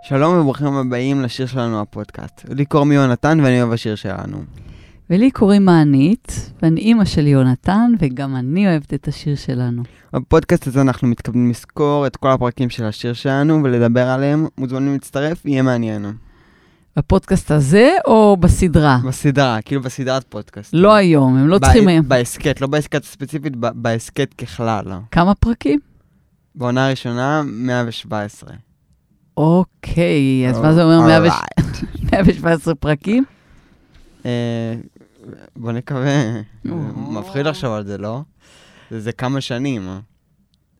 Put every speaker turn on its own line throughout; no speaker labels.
שלום וברוכים הבאים לשיר שלנו הפודקאסט. לי קוראים יונתן ואני אוהב השיר שלנו.
ולי קוראים מענית, ואני אימא של יונתן, וגם אני אוהבת את השיר שלנו.
בפודקאסט הזה אנחנו מתכוונים לזכור את כל הפרקים של השיר שלנו ולדבר עליהם. מוזמנים להצטרף, יהיה מעניין.
בפודקאסט הזה או בסדרה?
בסדרה, כאילו בסדרת פודקאסט.
לא היום, הם לא צריכים...
ב- בהסכת, לא בהסכת הספציפית, ב- בהסכת ככלל.
כמה פרקים?
בעונה הראשונה, 117.
אוקיי, אז מה זה אומר 117
Alright.
117 פרקים?
אה, בוא נקווה. זה
או.
מפחיד לחשוב על זה, לא? זה זה כמה שנים. אה?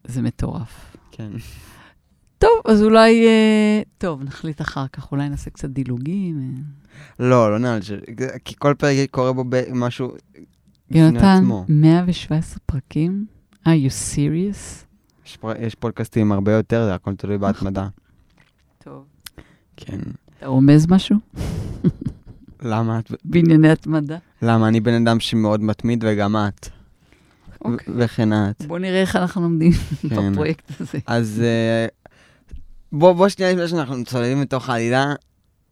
זה מטורף.
כן.
טוב, אז אולי... אה, טוב, נחליט אחר כך, אולי נעשה קצת דילוגים. אה.
לא, לא נראה לי ש... כי כל פרק קורה בו ב- משהו בפני
יונתן,
עצמו.
117 פרקים? are you serious?
יש, פר... יש פודקאסטים הרבה יותר, זה הכל תלוי בהתמדה.
טוב.
כן.
אתה רומז משהו?
למה את...
בענייני התמדה?
למה? אני בן אדם שמאוד מתמיד וגם את. ו-
אוקיי.
וכן את.
בוא נראה איך אנחנו עומדים
כן.
בפרויקט הזה.
אז אה, בוא, בוא שנייה לפני שאנחנו צוללים לתוך העלילה.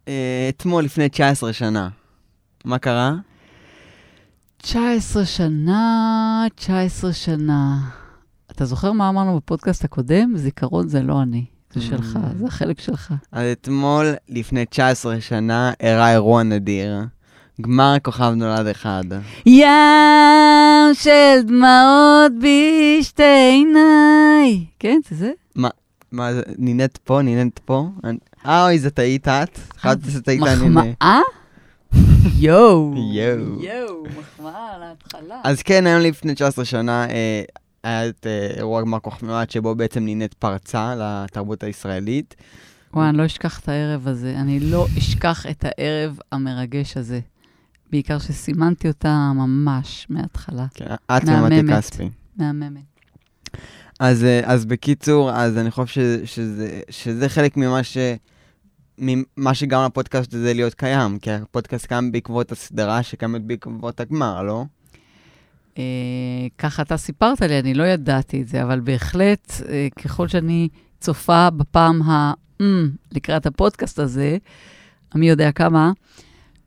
אה, אתמול לפני 19 שנה. מה קרה?
19 שנה, 19 שנה. אתה זוכר מה אמרנו בפודקאסט הקודם? זיכרון זה לא אני, זה
Mm.
שלך, זה החלק שלך.
אז אתמול, לפני 19 שנה, אירע אירוע נדיר. גמר כוכב נולד אחד.
ים של דמעות בשתי עיניי. כן, זה זה?
מה זה, נינט פה, נינט פה? אני- אה, אוי, זה טעית את? חשבתי שזה טעית אני.
מחמאה? יואו.
יואו.
יואו, מחמאה על ההתחלה.
אז כן, היום לפני 19 שנה אה, היה את אה, אירוע גמר כוכב נולד, שבו בעצם נינט פרצה לתרבות הישראלית.
וואי, אני לא אשכח את הערב הזה. אני לא אשכח את הערב המרגש הזה. בעיקר שסימנתי אותה ממש מההתחלה.
כן, את
מהממת.
ומתי כספי.
מהממת.
אז, אה, אז בקיצור, אז אני חושב שזה, שזה, שזה חלק ממה ש... ממה שגרם לפודקאסט הזה להיות קיים, כי הפודקאסט קם בעקבות הסדרה שקיימת בעקבות הגמר, לא?
אה, ככה אתה סיפרת לי, אני לא ידעתי את זה, אבל בהחלט, אה, ככל שאני צופה בפעם ה... אמ, לקראת הפודקאסט הזה, המי יודע כמה,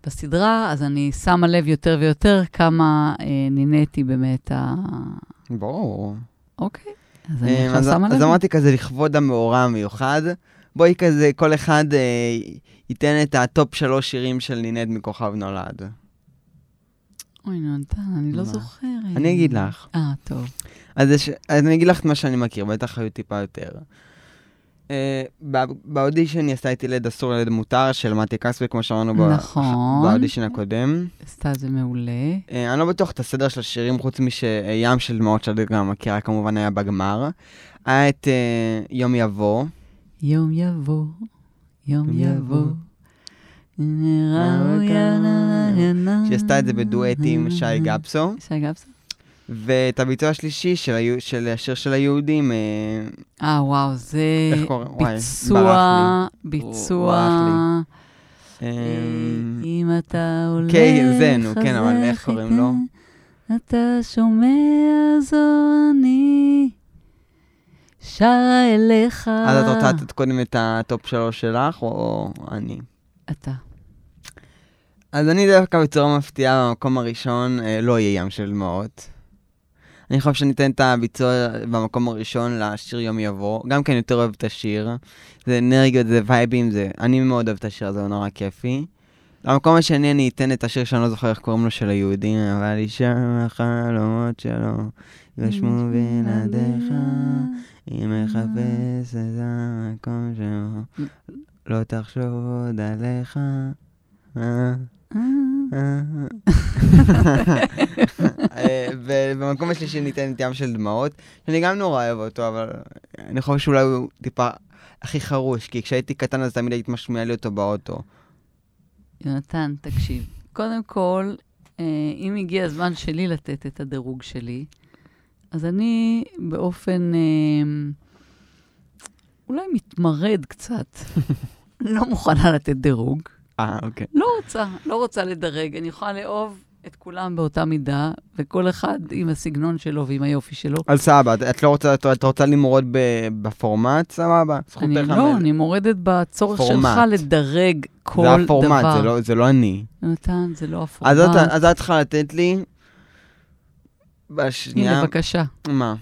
בסדרה, אז אני שמה לב יותר ויותר כמה אה, נהניתי באמת ה...
ברור.
אוקיי, אז
אה,
אני עכשיו
אז-
שמה לב.
אז אמרתי כזה, לכבוד המאורע המיוחד, בואי כזה, כל אחד אה, ייתן את הטופ שלוש שירים של נינט מכוכב נולד.
אוי, נתן, אני
מה?
לא זוכרת.
אני אגיד לך.
אה, טוב.
אז יש- אז אני אגיד לך את מה שאני מכיר, בטח היו טיפה יותר. אה, בא- באודישן היא עשתה את ילד אסור ילד מותר של מתי כספי, כמו שאמרנו ב-
נכון.
באודישן הקודם.
עשתה את זה מעולה.
אה, אני לא בטוח את הסדר של השירים, חוץ מש-"ים של דמעות" שאת גם מכירה, כמובן היה בגמר. היה את אה, יום יבוא.
יום יבוא, יום
יום יבוא.
יבוא. נראה יה לה לה לה
שהיא עשתה את זה בדואט עם
לה
שי
לה.
גפסו.
שי גפסו?
ואת הביצוע השלישי של, היו, של השיר של היהודים, אה,
אה, וואו, זה
איך קוראים? וואי,
ביצוע,
ברח הוא
ביצוע.
ברח לי. לי.
אה,
אמ,
אם אתה הולך,
כן, זה, נו, כן, אבל
אז
איך קוראים לו?
ייתן. אתה שומע, זו אני שרה אליך.
אז את רוצה לתת קודם את הטופ שלוש שלך, או, או אני?
אתה.
אז אני דווקא בצורה מפתיעה, במקום הראשון אה, לא יהיה ים של דמעות. אני חושב שאני אתן את הביצוע במקום הראשון לשיר יום יבוא. גם כן יותר אוהב את השיר. זה אנרגיות, זה וייבים, זה... אני מאוד אוהב את השיר הזה, הוא נורא כיפי. במקום השני אני אתן את השיר שאני לא זוכר איך קוראים לו של היהודים, אבל אישה החלומות שלו
אה,
גשמו בלעדיך. היא מחפשת את המקום שלו, לא תחשוב עוד עליך. אה, אה. אה, ובמקום השלישי ניתן את ים של דמעות, שאני גם נורא אוהב אותו, אבל אני חושב שאולי הוא טיפה הכי חרוש, כי כשהייתי קטן אז תמיד היית משמיע לי אותו באוטו.
יונתן, תקשיב. קודם כל, אה, אם הגיע הזמן שלי לתת את הדירוג שלי, אז אני באופן אה, אולי מתמרד קצת, לא מוכנה לתת דירוג.
אה, אוקיי.
לא רוצה, לא רוצה לדרג. אני יכולה לאהוב את כולם באותה מידה, וכל אחד עם הסגנון שלו ועם היופי שלו.
אז סבבה, את- את לא רוצה, את- את רוצה למרוד ב- בפורמט? סבבה,
אני
זכותך.
לא,
המלך.
אני מורדת בצורך
פורמט.
שלך לדרג כל דבר.
זה הפורמט, זה לא, זה לא אני.
נתן, זה לא
אז
הפורמט.
את, אז את צריכה לתת לי... בשנייה...
הנה, בבקשה.
מה?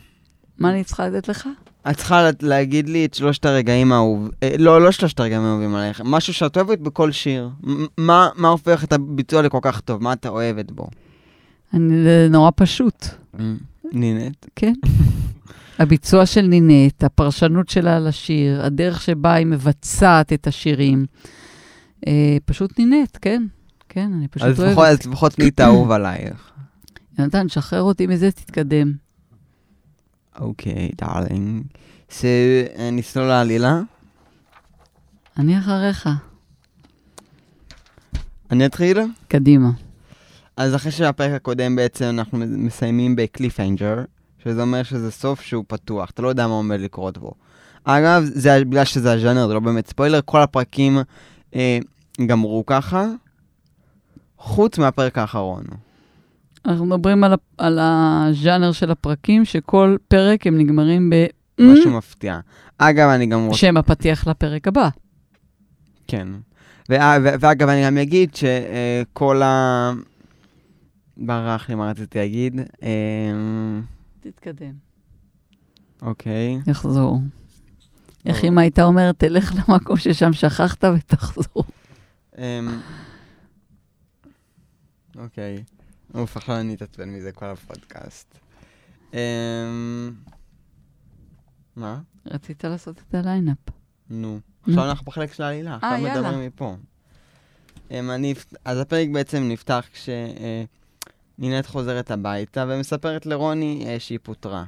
מה אני צריכה לתת לך?
את צריכה לת- להגיד לי את שלושת הרגעים האהוב... אה, לא, לא שלושת הרגעים האהובים עלייך, משהו שאת אוהבת בכל שיר. מ- מה, מה הופך את הביצוע לכל כך טוב? מה את אוהבת בו?
אני- זה נורא פשוט,
נינט.
כן? הביצוע של נינט, הפרשנות שלה לשיר, הדרך שבה היא מבצעת את השירים. אה, פשוט נינט, כן? כן, אני פשוט
אז
אוהבת.
לפחות- אז לפחות תני את האהוב עלייך.
יונתן, שחרר אותי מזה, תתקדם.
אוקיי, דארלינג. So, אה, נסלול לעלילה.
אני אחריך.
אני אתחיל?
קדימה.
אז אחרי שהפרק הקודם בעצם אנחנו מסיימים בקליפהנג'ר, שזה אומר שזה סוף שהוא פתוח, אתה לא יודע מה עומד לקרות בו. אגב, זה בגלל שזה הז'אנר, זה לא באמת ספוילר, כל הפרקים אה, גמרו ככה, חוץ מהפרק האחרון.
אנחנו מדברים על, ה- על הז'אנר של הפרקים, שכל פרק הם נגמרים ב...
משהו מפתיע. אגב, אני גם רוצה...
שם הפתיח לפרק הבא.
כן. ואה, ו- ואגב, אני גם אגיד שכל ה... ברח לי מה רציתי להגיד. אה,
תתקדם.
אוקיי.
יחזור. איך אמא הייתה אומרת, תלך למקום ששם שכחת ותחזור.
אמ, אוקיי. אוף, עכשיו אני אתעצבן מזה כל הפודקאסט. אמ, מה?
רצית לעשות את הליינאפ.
נו.
נו. אה,
עכשיו אנחנו בחלק של העלילה, עכשיו
יאללה.
מדברים מפה. אמ, אני אפ- אז הפרק בעצם נפתח כש... אה, נינט חוזרת הביתה ומספרת לרוני אה, שהיא פוטרה.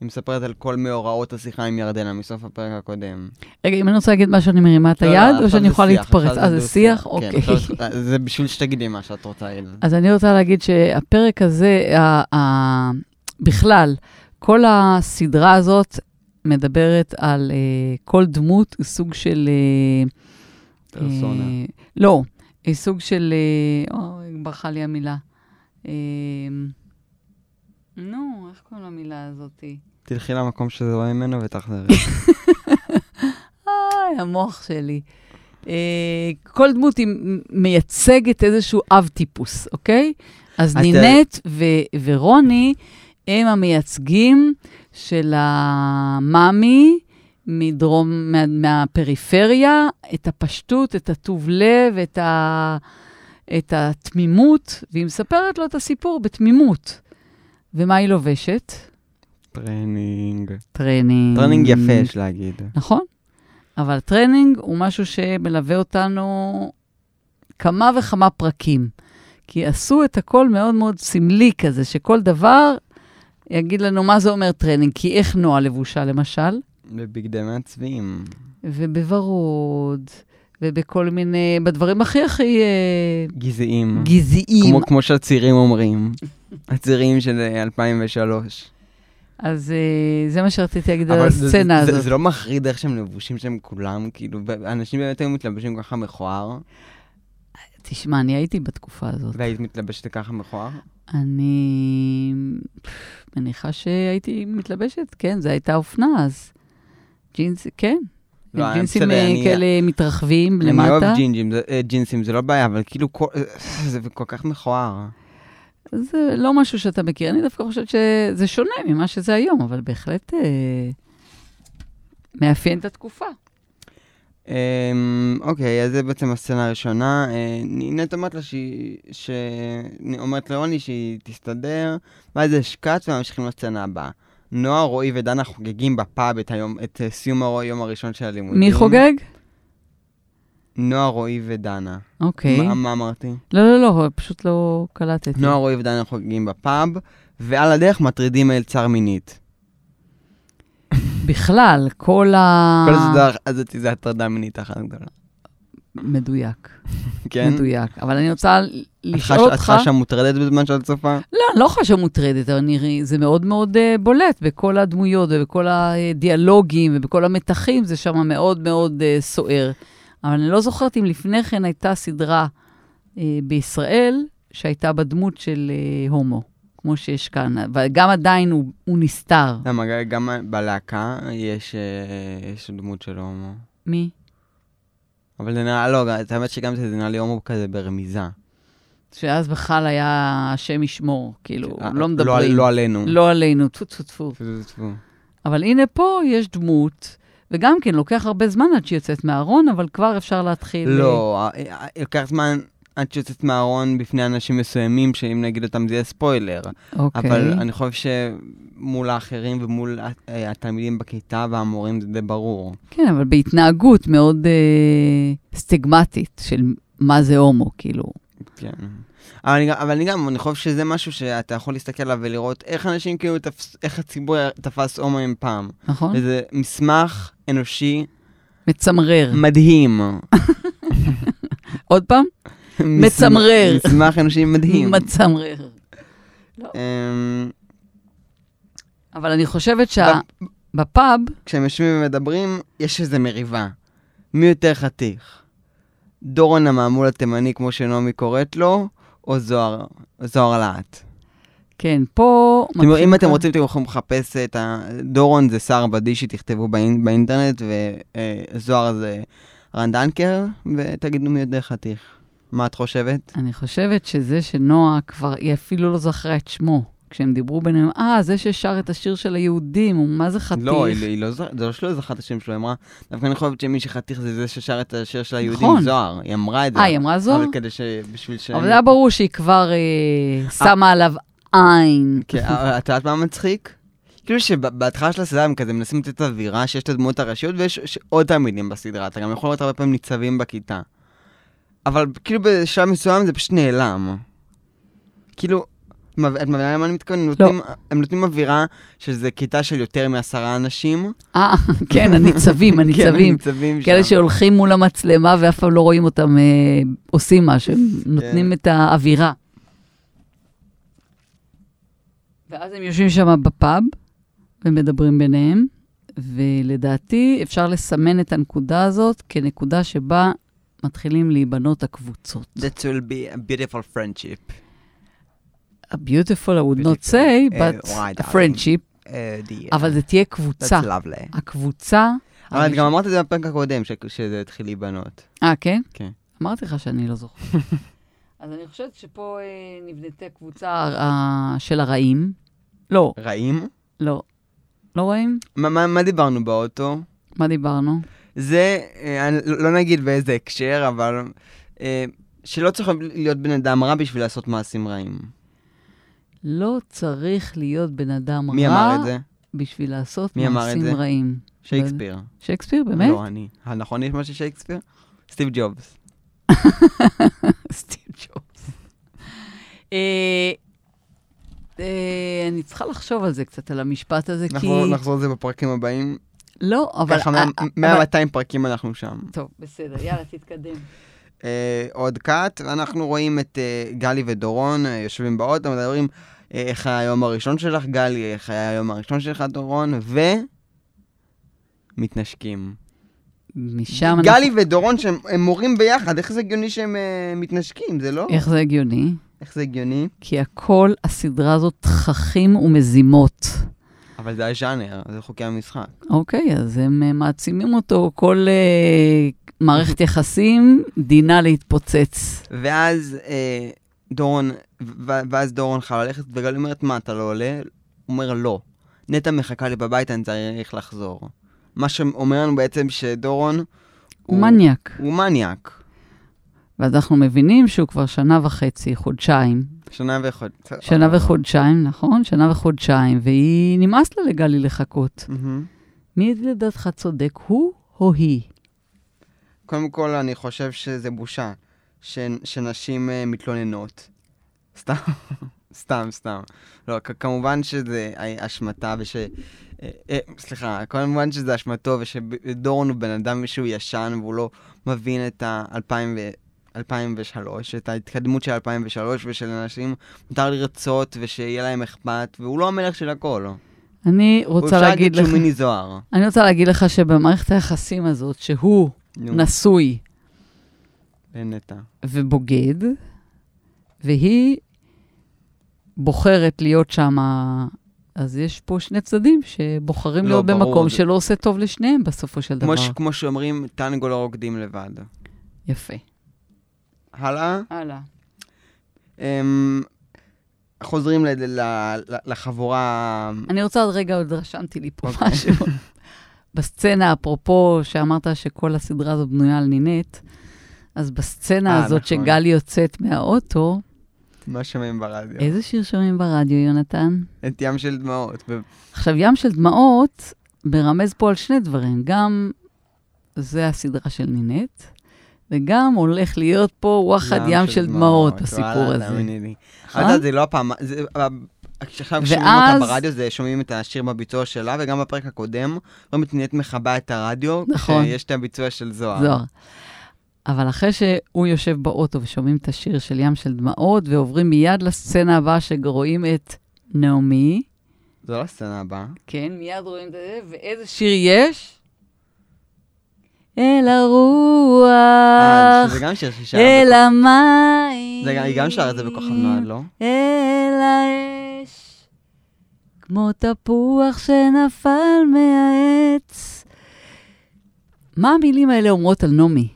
היא מספרת על כל מאורעות השיחה עם ירדנה מסוף הפרק הקודם.
רגע, אם אני רוצה להגיד משהו, אני מרימה את
לא, לא,
היד,
עכשיו
או שאני
זה
יכולה
שיח,
להתפרץ?
עכשיו
אה, זה שיח?
כן,
אוקיי.
עכשיו- זה בשביל שתגידי מה שאת רוצה להגיד.
אז אני רוצה להגיד שהפרק הזה, ה- ה- בכלל, כל הסדרה הזאת מדברת על אה, כל דמות, היא סוג של... אה,
פרסונה.
אה, לא, היא סוג של... אה, אוי, ברחה לי המילה. אה, נו, איך קוראים למילה הזאתי?
תלכי למקום שזה בא ממנו ותחזרי.
איי, המוח שלי. אה, כל דמות היא מ- מייצגת איזשהו אב-טיפוס, אוקיי? אז
אתה-
נינט ו- ורוני הם המייצגים של המאמי מדרום, מה, מהפריפריה, את הפשטות, את הטוב לב, את, ה, את התמימות, והיא מספרת לו את הסיפור בתמימות. ומה היא לובשת?
טרנינג.
טרנינג.
טרנינג יפה, יש להגיד.
נכון, אבל טרנינג הוא משהו שמלווה אותנו כמה וכמה פרקים. כי עשו את הכל מאוד מאוד סמלי כזה, שכל דבר יגיד לנו מה זה אומר טרנינג, כי איך נועה לבושה למשל,
בבגדי מעצבים.
ובוורוד, ובכל מיני, בדברים הכי הכי אה,
גזעיים.
גזעיים.
Mm. כמו- כמו שהצעירים אומרים. הצעירים של אה, 2003.
אז אה, זה מה שרציתי להגיד על
אבל זה-
הסצנה
זה- זה-
הזאת.
זה לא מחריד איך שהם לבושים שם כולם, כאילו, ב- אנשים באמת היו מתלבשים ככה מכוער,
תשמע, אני הייתי בתקופה הזאת.
והיית מתלבשת ככה מכוער?
אני מניחה שהייתי מתלבשת, כן, זו הייתה אופנה אז. ג'ינס, כן.
לא,
הם
אני-
ג'ינסים
בסדר,
אה,
אני-
כאלה מתרחבים
אני אוהב
למטה.
ג'ינג'ים, זה- אה, ג'ינסים, זה לא בעיה, אבל כאילו, כל- זה כל כך מכוער.
זה לא משהו שאתה מכיר, אני דווקא חושבת שזה שונה ממה שזה היום, אבל בהחלט אה, מאפיין את התקופה.
אמ, אוקיי, אז זה בעצם הסצנה הראשונה. אה, נינט אומרת לה שהיא... ש... נ- אומרת לרוני שהיא תסתדר, ואז יש קאט וממשיכים לסצנה הבאה. נועה, רועי ודנה חוגגים בפאב את, היום, את אה, סיום היום הראשון של הלימודים.
מי חוגג?
נועה, רועי ודנה.
אוקיי.
מה, מה אמרתי?
לא, לא, לא, פשוט לא קלטתי.
נועה, רועי ודנה חוגגים בפאב, ועל הדרך מטרידים מלצר מינית.
בכלל, כל ה...
כל הסדרה הזאת זה הטרדה מינית אחת גדולה.
מדויק,
כן?
מדויק. אבל אני רוצה
את
לשאול
חש- את
אותך...
חשה מוטרדת בזמן שאת צופה?
לא, אני לא חשה מוטרדת, אבל אני, זה מאוד מאוד uh, בולט בכל הדמויות ובכל הדיאלוגים ובכל המתחים, זה שם מאוד מאוד uh, סוער. אבל אני לא זוכרת אם לפני כן הייתה סדרה uh, אה, בישראל שהייתה בדמות של אה, הומו, כמו שיש כאן, וגם עדיין הוא, הוא נסתר.
למה, ג- גם בלהקה יש, אה, יש דמות של הומו.
מי?
אבל זה נראה, לא, את האמת שגם זה נראה לי הומו כזה ברמיזה.
שאז בכלל היה השם ישמור, כאילו,
אה,
לא מדברים.
לא עלינו.
לא עלינו, טפו טפו טפו.
טפו, טפו, טפו.
אבל הנה פה יש דמות, וגם כן, לוקח הרבה זמן עד שהיא יוצאת מהארון, אבל כבר אפשר להתחיל...
לא, אה, אה, לוקח זמן עד שיוצאת מהארון בפני אנשים מסוימים, שאם נגיד אותם זה יהיה ספוילר.
אוקיי.
אבל אני חושב שמול האחרים ומול אה, התלמידים בכיתה והמורים זה די ברור.
כן, אבל בהתנהגות מאוד אה, סטיגמטית של מה זה הומו, כאילו.
כן. אבל אני, גם- אבל אני גם, אני חושב שזה משהו שאתה יכול להסתכל עליו ולראות איך אנשים כאילו, תפס, איך הציבור תפס הומואים פעם.
נכון?
וזה מסמך אנושי
מצמרר.
מדהים.
עוד פעם?
מס-
מצמרר.
מסמך אנושי מדהים.
מצמרר.
אמ,
אבל אני חושבת שבפאב,
כשהם יושבים ומדברים, יש איזו מריבה. מי יותר חתיך? דורון המעמול התימני, כמו שנעמי קוראת לו, או זוהר, זוהר להט?
כן, פה...
אתם יודעים, אם
מתחיל
אתם
כאן-
רוצים, אתם יכולים לחפש את ה... דורון זה שר בדישי, תכתבו באינ- באינטרנט, וזוהר זה רן דנקר, ותגידו מי יודע חתיך. מה את חושבת?
אני חושבת שזה שנועה כבר, היא אפילו לא זכרה את שמו. כשהם דיברו ביניהם, אה, זה ששר את השיר של היהודים, הוא מה זה חתיך.
לא, היא- היא לא ז- זה לא שלא זכה את השם שלו, היא אמרה, דווקא אני חושבת שמי שחתיך זה זה ששר את השיר של היהודים,
נכון.
זוהר. היא אמרה את זה.
אה, היא אמרה זוהר?
אבל כדי ש... בשביל ש...
אבל זה היה ברור שהיא כבר אה, שמה עליו עין.
כן, אבל את יודעת מה מצחיק? כאילו שבהתחלה של הסדרה הם כזה מנסים לתת את האווירה שיש את הדמות הראשיות ויש ש- עוד תלמידים בסדרה, אתה גם יכול לראות הרבה פעמים ניצבים בכיתה. אבל כאילו בשלב מסוים זה פשוט נעלם. כאילו, מב- את מבינה למה אני מתכוון?
לא.
נותנים- הם נותנים אווירה שזה כיתה של יותר מעשרה אנשים.
אה, כן, הניצבים,
כן,
הניצבים.
הניצבים
כאלה
שם.
שהולכים מול המצלמה ואף פעם לא רואים אותם אה, עושים משהו, הם
כן.
נותנים את האווירה. ואז הם יושבים שם בפאב ומדברים ביניהם, ולדעתי אפשר לסמן את הנקודה הזאת כנקודה שבה מתחילים להיבנות הקבוצות.
That will be a beautiful friendship.
A beautiful I would not
Beautiful.
say,
אה,
but
וואי,
a
darling.
friendship,
Uh, the-
אבל זה תהיה קבוצה.
That's lovely.
הקבוצה...
אבל את גם אמרת את זה בפרק הקודם, ש- שזה התחיל להיבנות.
אה, כן?
כן.
אמרתי לך שאני לא זוכרת. אז אני חושבת שפה אה, נבנתה קבוצה אה, של הרעים. לא,
רעים?
לא. לא רואים?
מה- מה מה דיברנו באוטו?
מה דיברנו?
זה, אה, אני לא לא נגיד באיזה הקשר, אבל אה, שלא צריך להיות בן אדם רע בשביל לעשות מעשים רעים.
לא צריך להיות בן אדם
מי
רע
אמר את זה?
בשביל לעשות
מי אמר את
מעשים
זה?
רעים.
שייקספיר.
שייקספיר, באמת?
לא, אני. הנכון יש מה ששייקספיר? סטיב ג'ובס.
סטיב ג'ובס. אה, אה, אני צריכה לחשוב על זה קצת, על המשפט הזה, כי...
אנחנו נחזור לזה בפרקים הבאים.
לא, אבל...
ככה
אה, אה, אבל-
100-200 פרקים אנחנו שם.
טוב, בסדר, יאללה, תתקדם.
אה, עוד קאט, ואנחנו רואים את אה, גלי ודורון אה, יושבים באוטו, מדברים אה, איך היה היום הראשון שלך, גלי, איך היה היום הראשון שלך, דורון, ו... מתנשקים.
משם אנחנו...
גלי ודורון שהם הם מורים ביחד, איך זה הגיוני שהם אה, מתנשקים, זה לא?
איך זה הגיוני?
איך זה הגיוני?
כי הכל, הסדרה הזאת, תככים ומזימות.
אבל זה הז'אנר, זה חוקי המשחק.
אוקיי, אז הם אה, מעצימים אותו, כל אה, מערכת יחסים, דינה להתפוצץ.
ואז אה, דורון, ו- ואז דורון חלה ללכת, וגלי אומרת, מה, אתה לא עולה? הוא אומר, לא. נטע מחכה לי בבית, אני צריך לחזור. מה שאומר לנו בעצם שדורון...
הוא מניאק.
הוא מניאק.
ואז אנחנו מבינים שהוא כבר שנה וחצי, חודשיים.
שנה וחודשיים.
שנה וחודשיים, נכון? שנה וחודשיים, והיא, נמאס לה לגלי לחכות. מי לדעתך צודק, הוא או היא?
קודם כל, אני חושב שזה בושה ש... שנשים אה, מתלוננות. סתם, סתם, סתם. לא, כ- כמובן שזה אה, אשמתה וש... אה, אה, סליחה, כמובן שזה אשמתו ושדורון הוא בן אדם שהוא ישן והוא לא מבין את ה-2003, את ההתקדמות של 2003 ושל אנשים, מותר לרצות ושיהיה להם אכפת, והוא לא המלך של הכל.
אני רוצה להגיד
הוא אפשר להגיד
לך,
שהוא מיני זוהר.
אני רוצה להגיד לך שבמערכת היחסים הזאת, שהוא
נו,
נשוי
לנטע.
ובוגד, והיא בוחרת להיות שם, אז יש פה שני צדדים שבוחרים
לא,
להיות
ברור,
במקום
זה-
שלא עושה טוב לשניהם בסופו של דבר.
כמו, ש, כמו שאומרים, טנגו לא רוקדים לבד.
יפה.
הלאה.
הלאה.
אמ, חוזרים ל, ל, ל, לחבורה...
אני רוצה עוד רגע, עוד רשמתי לי פה
אוקיי.
משהו. בסצנה, אפרופו שאמרת שכל הסדרה הזו בנויה על נינט, אז בסצנה
אה,
הזאת
נכון.
שגל יוצאת מהאוטו,
מה שומעים ברדיו?
איזה שיר שומעים ברדיו, יונתן?
את ים של דמעות. ו-
עכשיו, ים של דמעות מרמז פה על שני דברים. גם זה הסדרה של נינט, וגם הולך להיות פה וואחד ים של דמעות בסיפור
וואלה,
הזה.
תאמיני לי.
נכון?
את יודעת, זה לא הפעם... זה- ה- כשעכשיו שומעים
ואז-
אותה ברדיו, זה שומעים את השיר בביצוע שלה, וגם בפרק הקודם, רואים את נהיית מכבה את הרדיו,
נכון.
כשיש את הביצוע של זוהר.
זוהר. אבל אחרי שהוא יושב באוטו ושומעים את השיר של ים של דמעות, ועוברים מיד לסצנה הבאה שרואים את נעמי,
זו לא הסצנה הבאה.
כן, מיד רואים את זה, ואיזה שיר יש? אל
אה,
הרוח,
זה גם שיר ששרה.
אל
בכוכב-
המים.
זה גם- היא גם שרה את זה בכוכב נועד, לא?
אל האש, כמו תפוח שנפל מהעץ. מה המילים האלה אומרות על נעמי?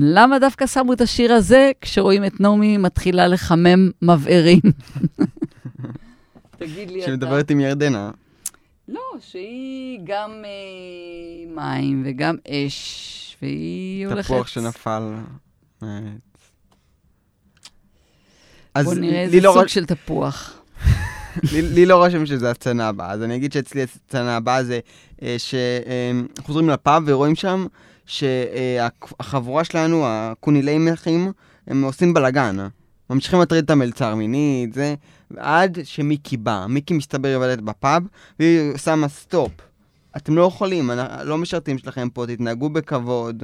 למה דווקא שמו את השיר הזה כשרואים את נעמי מתחילה לחמם מבערים? תגיד לי אתה.
שמדברת עם ירדנה.
לא, שהיא גם אה, מים וגם אש, והיא הולכת...
תפוח שנפל. אה. אז
בוא נראה איזה
לי לא
סוג
רש-
של תפוח.
לי- לי לא רשם שזה הסצנה הבאה, אז אני אגיד שאצלי הסצנה הבאה זה אה, שחוזרים לפאב ורואים שם שהחבורה שלנו, הקוניליימכים, הם עושים בלאגן. ממשיכים להטריד את המלצר מינית, זה, עד שמיקי בא. מיקי מסתבר עובדת בפאב, והיא שמה סטופ. אתם לא יכולים, אנ- לא משרתים שלכם פה, תתנהגו בכבוד.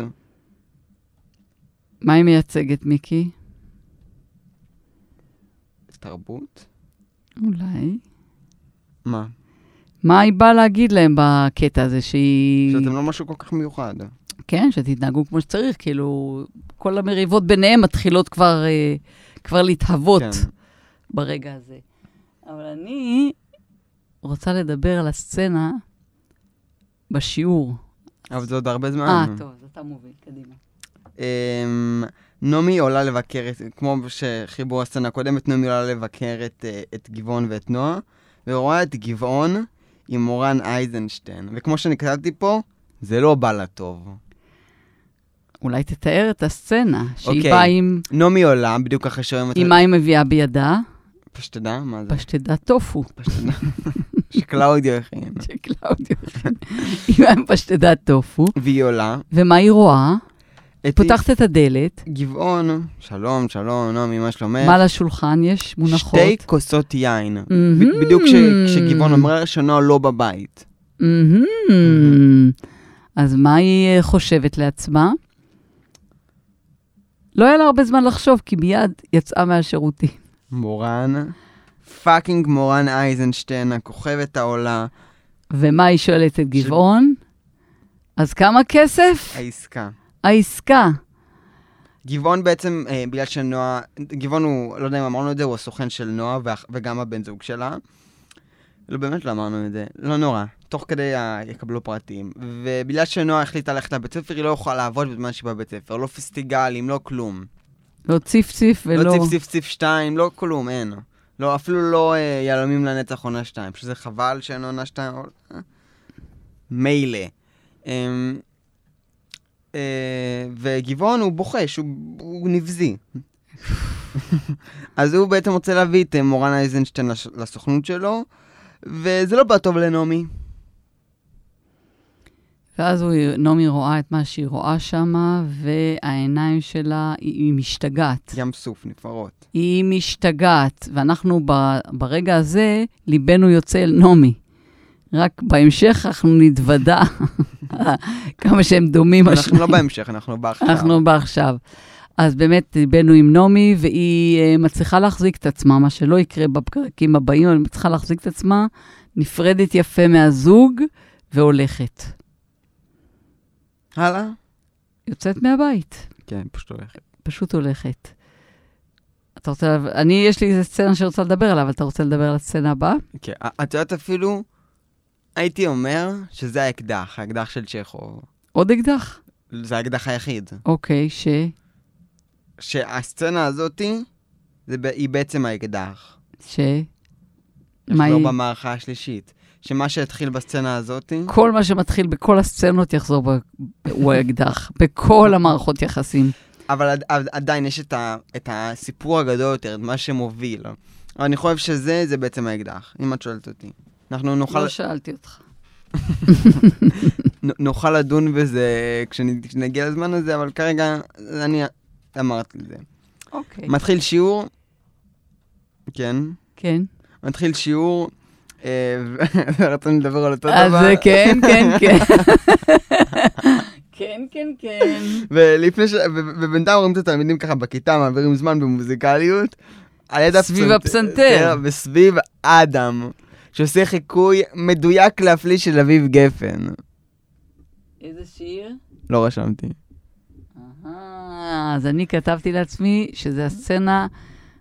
מה היא מייצגת, מיקי?
תרבות?
אולי.
מה?
מה היא באה להגיד להם בקטע הזה, שהיא...
שאתם לא משהו כל כך מיוחד.
כן, שתתנהגו כמו שצריך, כאילו, כל המריבות ביניהם מתחילות כבר, אה, כבר להתהוות
כן.
ברגע הזה. אבל אני רוצה לדבר על הסצנה בשיעור.
אבל זה עוד הרבה זמן.
אה, טוב, אז אתה מוביל, קדימה.
אמ, נעמי עולה לבקר, את- כמו שחיבור הסצנה הקודמת, נעמי עולה לבקר את, אה, את גבעון ואת נועה, ורואה את גבעון עם מורן אייזנשטיין. וכמו שאני כתבתי פה, זה לא בא לה טוב.
אולי תתאר את הסצנה, שהיא
אוקיי.
באה עם,
נעמי עולה, בדיוק אחרי שרואים את...
עם מה היא מביאה בידה?
פשטדה? מה זה?
פשטדת טופו.
פשטדה. שקלאודיו הכין.
של קלאודיו. היא באה עם פשטדת טופו,
והיא עולה.
ומה היא רואה?
את
פותחת את הדלת,
גבעון, שלום, שלום, נעמי, מה שלומך?
מעל השולחן יש מונחות.
אה. שתי כוסות יין.
מהמם.
ב- בדיוק כש- כשגבעון אומר שנועה לא בבית.
מהמם. אז מה היא אה, חושבת לעצמה? לא היה לה הרבה זמן לחשוב, כי מיד יצאה מהשירותים.
מורן, פאקינג מורן אייזנשטיין, הכוכבת העולה,
ומה היא שואלת את גבעון? אז כמה כסף?
העסקה.
העסקה.
גבעון בעצם, אה, בגלל שנועה, גבעון הוא, לא יודע אם אמרנו את זה, הוא הסוכן של נועה והח- וגם הבן זוג שלה. לא, באמת לא אמרנו את זה, לא נורא. תוך כדי ה... יקבלו פרטים. ובגלל שנועה החליטה ללכת לבית ספר, היא לא יכולה לעבוד בזמן שהיא בבית ספר. לא פסטיגלים, לא כלום.
לא ציפציף ולא...
לא ציף ציף ציף 2, לא כלום, אין. לא, אפילו לא אה, יהלומים לנצח עונה 2, שזה חבל שאין עונה 2. מילא. אמ, אה, וגבעון הוא בוחש, הוא, הוא נבזי. אז הוא בעצם רוצה להביא את אה, מורן אייזנשטיין לש- לסוכנות שלו, וזה לא בא טוב לנעמי.
ואז הוא, נעמי רואה את מה שהיא רואה שמה, והעיניים שלה, היא, היא משתגעת.
ים סוף, נפרות.
היא משתגעת, ואנחנו ב, ברגע הזה, ליבנו יוצא אל נעמי. רק בהמשך אנחנו נתוודע כמה שהם דומים.
אנחנו לא
השניים.
בהמשך, אנחנו בעכשיו.
אנחנו בעכשיו. אז באמת ליבנו עם נעמי, והיא אה, מצליחה להחזיק את עצמה, מה שלא יקרה בפרקים הבאים, אבל היא מצליחה להחזיק את עצמה, נפרדת יפה מהזוג, והולכת.
הלאה?
יוצאת מהבית.
כן, פשוט הולך.
פשוט הולכת. אתה רוצה... אני, יש לי איזה סצנה שרוצה לדבר עליה, אבל אתה רוצה לדבר על הסצנה הבאה?
כן, את יודעת אפילו, הייתי אומר שזה האקדח, האקדח של צ'כוב.
עוד אקדח?
זה האקדח היחיד.
אוקיי, ש...
שהסצנה הזאתי, זה, ב- היא בעצם האקדח.
ש...
מה
מה
היא?
היא?
לא במערכה השלישית. שמה שהתחיל בסצנה הזאתי,
כל מה שמתחיל בכל הסצנות יחזור ב... הוא האקדח, בכל המערכות יחסים.
אבל עד, עד, עדיין יש את, ה, את הסיפור הגדול יותר, את מה שמוביל. אבל אני חושב שזה, זה בעצם האקדח, אם את שואלת אותי. אנחנו נוכל,
לא שאלתי אותך.
נ, נוכל לדון בזה כשנ- כשנגיע לזמן הזה, אבל כרגע אני אמרתי את זה.
אוקיי.
מתחיל שיעור, כן,
כן.
מתחיל שיעור, אה, ו- רצינו לדבר על אותו
אז
דבר.
זה כן, כן, כן. כן, כן, כן.
ולפני ש... ו- ו- ובינתיים רואים את התלמידים ככה בכיתה, מעבירים זמן במוזיקליות. על יד
סביב
הפסנת-
הפסנתר.
כן, וסביב אדם, שעושה חיקוי מדויק להפליא של אביב גפן.
איזה שיר?
לא רשמתי.
אהה, אז אני כתבתי לעצמי שזו הסצנה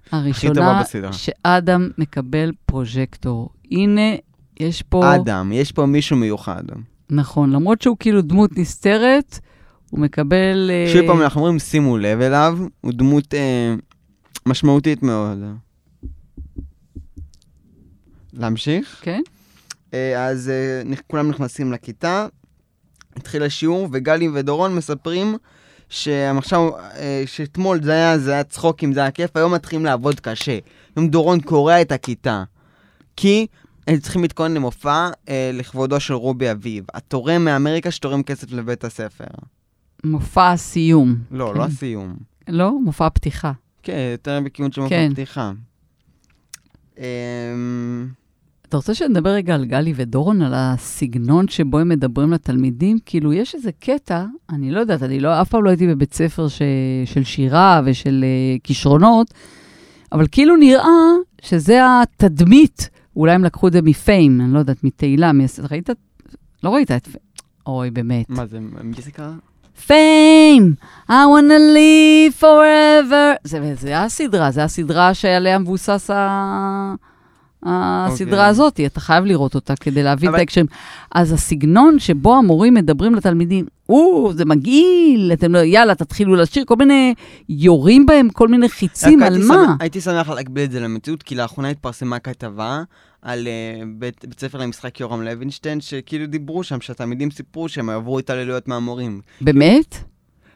טובה
הראשונה
בסדרה.
שאדם מקבל פרוז'קטור. הנה, יש פה...
אדם, יש פה מישהו מיוחד.
נכון, למרות שהוא כאילו דמות נסתרת, הוא מקבל... אה,
שוב פעם, אנחנו אומרים, שימו לב אליו, הוא דמות אה, משמעותית מאוד. להמשיך?
כן?
אה, אז אה, נכ- כולם נכנסים לכיתה, התחיל השיעור, וגלי ודורון מספרים שעכשיו, אה, שאתמול זה היה, זה היה צחוקים, זה היה כיף, היום מתחילים לעבוד קשה. היום דורון קורע את הכיתה. כי הם צריכים להתכונן למופע אה, לכבודו של רובי אביב, התורם מאמריקה שתורם כסף לבית הספר.
מופע הסיום.
לא,
כן.
לא הסיום.
לא? מופע פתיחה.
כן, יותר בכיוון של מופע
כן.
פתיחה. אמ,
אתה רוצה שנדבר רגע על גלי ודורון, על הסגנון שבו הם מדברים לתלמידים? כאילו, יש איזה קטע, אני לא יודעת, אני לא, אף פעם לא הייתי בבית ספר ש, של שירה ושל uh, כישרונות, אבל כאילו נראה שזה התדמית, אולי הם לקחו את זה מפיים, אני לא יודעת, מתהילה, מס... ראית? לא ראית את... אוי, באמת.
מה זה, מי זה קרה?
Fame, I wanna live forever. זה, זה הסדרה, זה הסדרה שעליה מבוסס ה... הסדרה
אוקיי.
הזאת, אתה חייב לראות אותה כדי להבין
אבל-
את ההקשרים. אז הסגנון שבו המורים מדברים לתלמידים, או, זה מגעיל, אתם לא, יאללה, תתחילו לשיר, כל מיני, יורים בהם כל מיני חיצים,
רק
על
הייתי
מה?
שמח- הייתי שמח להקביל את זה למציאות, כי לאחרונה התפרסמה כתבה על אה, בית בית ספר למשחק יורם לוינשטיין, שכאילו דיברו שם, שהתלמידים סיפרו שהם עברו התעללויות מהמורים.
באמת?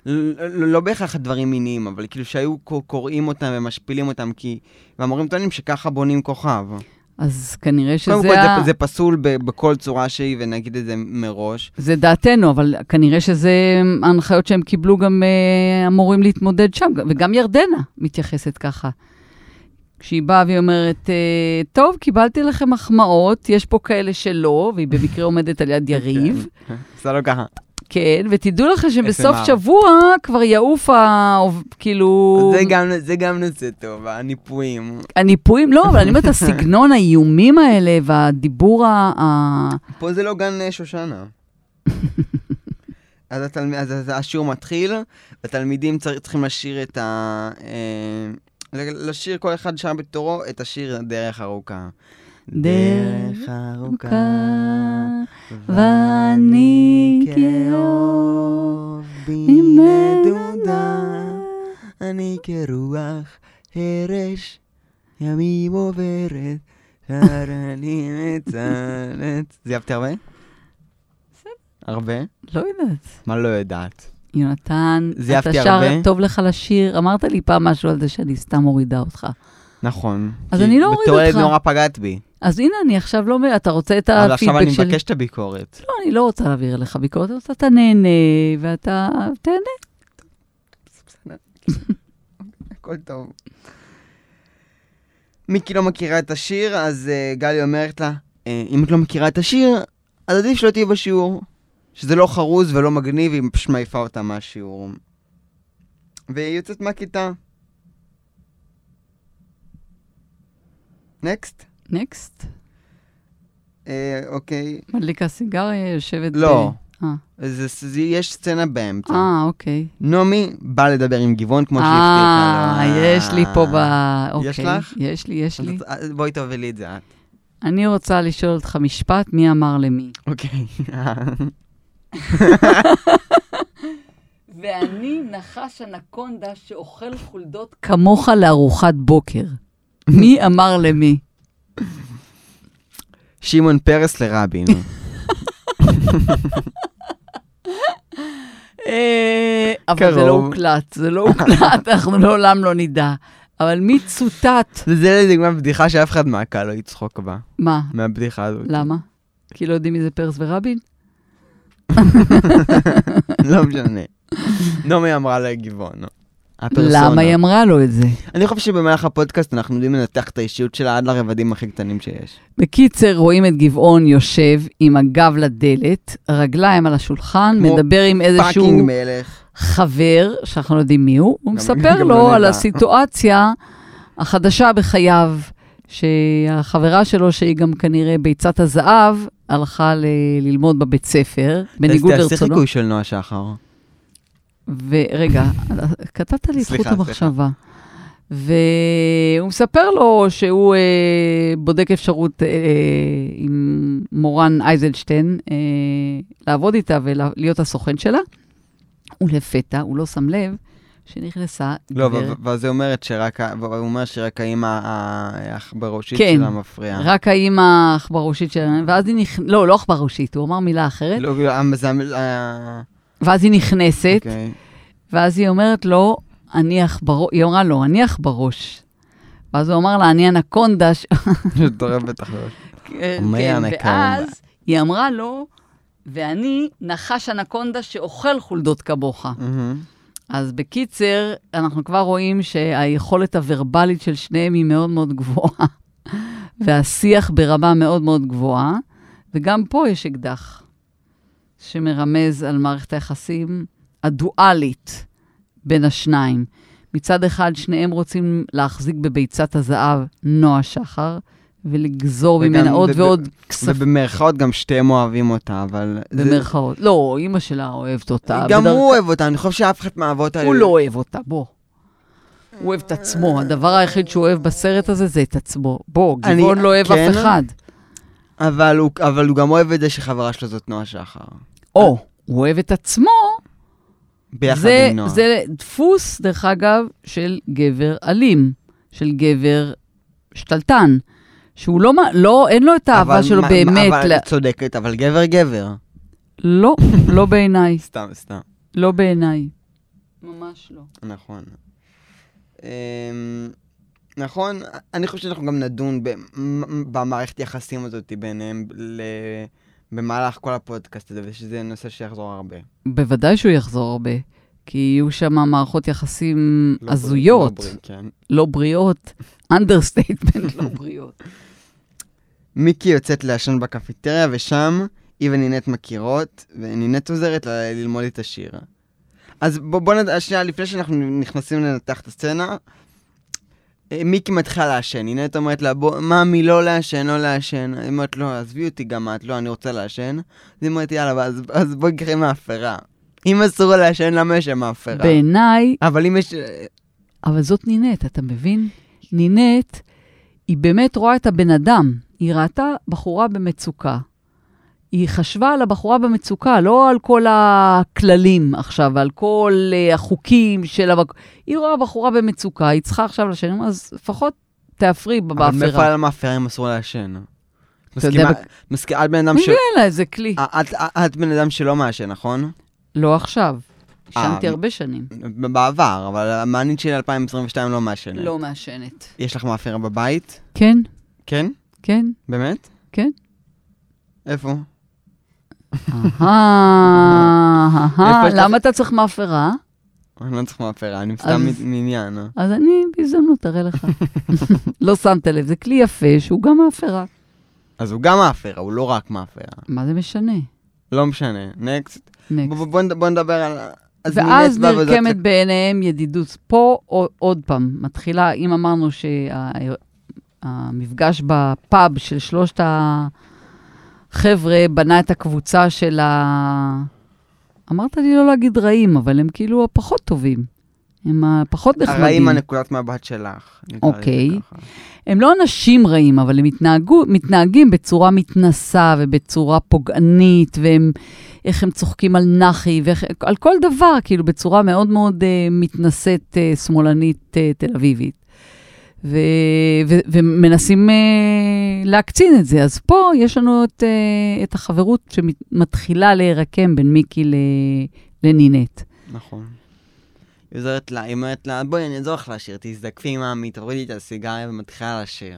ל- ל- לא בהכרח דברים מיניים, אבל כאילו שהיו ק- קוראים אותם ומשפילים אותם, כי... והמורים טוענים שככה בונים כוכב.
אז כנראה שזה
קודם כל,
ה-
זה- זה פסול ב- בכל צורה שהיא, ונגיד את זה מראש.
זה דעתנו, אבל כנראה שזה הנחיות שהם קיבלו גם אה, אמורים להתמודד שם, וגם ירדנה מתייחסת ככה. כשהיא באה והיא אומרת, אה, טוב, קיבלתי לכם מחמאות, יש פה כאלה שלא, והיא במקרה עומדת על יד יריב,
כן. עשה לו ככה.
כן, ותדעו לכם שבסוף
SMR.
שבוע כבר יעוף ה... כאילו...
זה גם- זה גם נושא טוב, הניפויים.
הניפויים, לא, אבל אני אומרת, הסגנון, האיומים האלה, והדיבור ה... ה-
פה זה לא גן אה, שושנה. אז, התלמ... אז, אז השיעור מתחיל, התלמידים צר... צריכים לשיר את ה... אה... ל- לשיר כל אחד שם בתורו את השיר דרך ארוכה.
דרך
ארוכה,
ואני כאוב, ממנה
אני כרוח הרש, ימים עוברת, שרני מצלצ. זייבתי הרבה? הרבה?
לא יודעת.
מה לא יודעת?
יונתן, אתה
זייפתי
שר
הרבה.
טוב לך לשיר, אמרת לי פעם משהו על זה שאני סתם מורידה אותך.
נכון.
אז
כי
אני לא אוריד
בתור ילד
אותך.
נורא פגעת בי.
אז הנה, אני עכשיו לא... מ- אתה רוצה את
אבל עכשיו
הפידבק
אני
שלי?
מבקש את הביקורת.
לא, אני לא רוצה להעביר אליך ביקורת, אז אתה נהנה, ואתה... תהנה.
הכל טוב. מיקי לא מכירה את השיר, אז אה, גלי אומרת לה, "אה, אם את לא מכירה את השיר, אז עדיף שלא תהיי בשיעור. שזה לא חרוז ולא מגניב, היא פשוט מעיפה אותה מהשיעור. והיא יוצאת מהכיתה. נקסט?
נקסט.
אה, אוקיי.
מדליקה סיגריה, יושבת...
לא.
ב- אה.
זה, זה, יש סצנה באמצע.
אה, אוקיי.
נעמי באה לדבר עם גבעון, כמו שהיא
אה,
הבטיחה. לה.
יש לי פה ב... אוקיי.
יש לך?
יש לי, יש לי.
אז את- בואי תובילי את זה את.
אני רוצה לשאול אותך משפט, מי אמר למי?
אוקיי.
ואני נחש אנקונדה שאוכל חולדות כמוך לארוחת בוקר. מי אמר למי?
שמעון פרס לרבין.
אה, אבל זה
קרוב.
לא הוקלט, זה לא הוקלט, אנחנו לעולם לא נדע. אבל מי צוטט?
זה לדוגמה בדיחה שאף אחד מהקהל לא יצחוק בה,
מה?
מהבדיחה הזאת.
למה? כי לא יודעים מי זה פרס ורבין?
לא משנה. נעמי אמרה לגבעון. הפרסונה.
למה היא אמ- אמרה לו את זה?
אני חושב שבמהלך הפודקאסט אנחנו יודעים לנתח את האישיות שלה עד לרבדים הכי קטנים שיש.
בקיצר, רואים את גבעון יושב עם הגב לדלת, רגליים על השולחן,
כמו
מדבר עם איזשהו
פאקינג מלך.
חבר, שאנחנו לא יודעים מי הוא, הוא
גם-
מספר
גם
לו
לא
על
נדע.
הסיטואציה החדשה בחייו, שהחברה שלו, שהיא גם כנראה ביצת הזהב, הלכה ל- ללמוד בבית ספר, בניגוד
אז תעשי
לרצונו.
חיקוי של נועה שחר.
ורגע, קטעת לי את חוט
סליחה, סליחה.
המחשבה. והוא מספר לו שהוא אה, בודק אפשרות אה, עם מורן אייזלשטיין אה, לעבוד איתה ולהיות הסוכן שלה, ולפתע, הוא לא שם לב, שנכנסה
לא, ו-
גברת.
ו- ואז היא אומרת שרק, ה- והוא אומר שרק האימא ה- העכברושית
כן.
שלה מפריעה.
רק האימא העכברושית שלנו, ואז היא נכנסת, לא, לא עכברושית, הוא אמר מילה אחרת,
לא, לא, המ- זה המ- אה,
ואז היא נכנסת,
אוקיי.
ואז היא אומרת לו, אני עכברוש, היא אמרה לו, אני עכברוש. ואז הוא אמר לה, אני אנקונדה, ש-
שטורפת אחרת.
כן,
אומר
כן,
הנקמה.
ואז היא אמרה לו, ואני נחש אנקונדה שאוכל חולדות כמוך.
מהמם.
אז בקיצר, אנחנו כבר רואים שהיכולת הוורבלית של שניהם היא מאוד מאוד גבוהה, והשיח ברמה מאוד מאוד גבוהה, וגם פה יש אקדח, שמרמז על מערכת היחסים הדואלית בין השניים. מצד אחד, שניהם רוצים להחזיק בביצת הזהב נועה שחר, ולגזור
וגם
ממנה עוד
בב-
ועוד כספים,
ובמרכאות גם שתיהם אוהבים אותה, אבל... זה-
במרכאות. לא, אימא שלה אוהבת אותה.
גם
בדרכה-
הוא אוהב אותה, אני חושב שאף אחד מהאבות האלה...
הוא לא אוהב אותה, בוא. הוא אוהב את עצמו, הדבר היחיד שהוא אוהב בסרט הזה זה את עצמו. בוא,
אני-
גבעון לא אוהב
כן?
אף אחד.
אבל הוא, אבל הוא גם אוהב את זה שחברה שלו זאת נועה שחר.
או, הוא אוהב את עצמו,
אה. ביחד
זה,
עם נועה.
זה דפוס, דרך אגב, של גבר אלים, של גבר שתלטן, שהוא לא, מ- לא, אין לו את האהבה
אבל
שלו
מה-
באמת.
אבל
ל...
את צודקת, אבל גבר גבר.
לא, לא בעיניי,
סתם, סתם.
לא בעיניי. ממש לא.
נכון. אמ, נכון, אני חושב שאנחנו גם נדון במ- במערכת יחסים הזאת ביניהם ל... במהלך כל הפודקאסט הזה, ושזה נושא שיחזור הרבה.
בוודאי שהוא יחזור הרבה, כי יהיו שם מערכות יחסים
לא
הזויות.
בריא, לא בריא, כן.
לא בריאות, אנדרסטייטמנט לא בריאות.
מיקי יוצאת לעשן בקפיטריה, ושם היא ונינת מכירות, ונינת עוזרת לה ללמוד את השיר. אז בוא, בוא נד... שנייה, לפני שאנחנו נכנסים לנתח את הסצנה, אה, מיקי מתחילה לעשן, נינת אומרת לה, בוא, מאמי, לא לעשן, לא לעשן. היא אומרת, לא, עזבי אותי גם את, לא, אני רוצה לעשן. אז היא אומרת, יאללה, אז, אז בואי קחי מאפרה. אם אסור לה לעשן, למה יש שם מאפרה?
בעיניי,
אבל אם יש...
אבל זאת נינט, אתה מבין? נינט, היא באמת רואה את הבן אדם. היא ראתה בחורה במצוקה. היא חשבה על הבחורה במצוקה, לא על כל הכללים עכשיו, על כל uh, החוקים של המק... היא רואה בחורה במצוקה, היא צריכה עכשיו לשנים, אז לפחות תאפרי
אבל מאיפה
במאפרה.
היה לה מאפרה אם אסור לעשן?
אתה יודע,
מסכימה, מסכימה, את בן אדם ש...
אין לה איזה כלי.
אה, את, את בן אדם שלא מעשן, נכון?
לא עכשיו.
אה,
עישנתי הרבה שנים.
בעבר, אבל המענית שלי 2022 לא מעשנת.
לא מעשנת.
יש לך מאפרה בבית?
כן,
כן?
כן.
באמת?
כן.
איפה?
אהה, אהה,
יש לך-
למה אתה צריך מאפרה?
אני לא צריך מאפרה, אני
אז-
סתם מ- מעניין. אה.
אז אני בהזדמנות אראה לך. לא שמת לב, זה כלי יפה שהוא גם מאפרה.
אז הוא גם מאפרה, הוא לא רק מאפרה.
מה זה משנה?
לא משנה. נקסט.
Next.
בוא נדבר על... אז
ואז
מינית בא וזאת-
נרקמת ביניהם ידידות. פה עוד- עוד פעם, מתחילה, אם אמרנו שהמפגש בפאב של שלושת החברים חבר'ה, בנה את הקבוצה של ה... אמרת לי לא להגיד רעים, אבל הם כאילו הפחות טובים. הם הפחות נחמדים.
הרעים הנקודת מבט שלך. נקרא לזה
אוקיי.
ככה.
הם לא אנשים רעים, אבל הם התנהגו, מתנהגים בצורה מתנשא ובצורה פוגענית, והם, איך הם צוחקים על נחי, ואיך, על כל דבר, כאילו, בצורה מאוד מאוד אה, מתנשאת, אה, שמאלנית, אה, תל אביבית. ו, ו, ומנסים אה, להקצין את זה. אז פה יש לנו את, אה, את החברות שמתחילה להירקם בין מיקי ל, לנינט.
נכון. היא עוזרת לה, היא אומרת לה, בואי, אני אעזור לך לשיר, תזדקפי עם העמי, תורידי את הסיגריה ומתחילה לשיר.